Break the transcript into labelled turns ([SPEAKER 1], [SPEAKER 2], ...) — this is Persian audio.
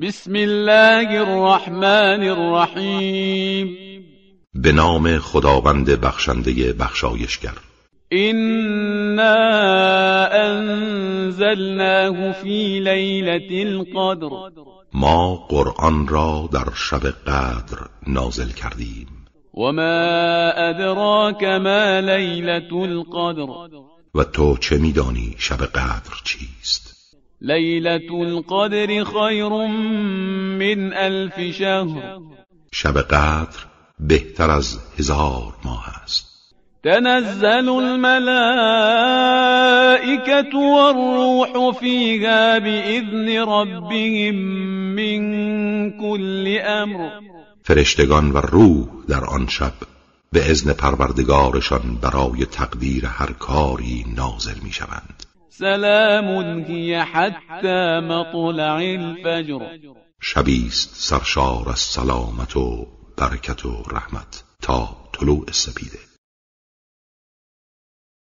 [SPEAKER 1] بسم الله الرحمن الرحیم
[SPEAKER 2] به نام خداوند بخشنده بخشایشگر
[SPEAKER 1] انا انزلناه فی لیلة القدر
[SPEAKER 2] ما قرآن را در شب قدر نازل کردیم
[SPEAKER 1] وما ادراک ما لیلة القدر
[SPEAKER 2] و تو چه میدانی شب قدر چیست
[SPEAKER 1] لیلة القدر خیر من الف شهر
[SPEAKER 2] شب قدر بهتر از هزار ماه است
[SPEAKER 1] تنزل الملائكة والروح فيها بإذن ربهم من كل أمر
[SPEAKER 2] فرشتگان و روح در آن شب به اذن پروردگارشان برای تقدیر هر کاری نازل می شوند
[SPEAKER 1] سلام هي حتى مطلع الفجر
[SPEAKER 2] شبیست سرشار از سلامت و برکت و رحمت تا طلوع سپیده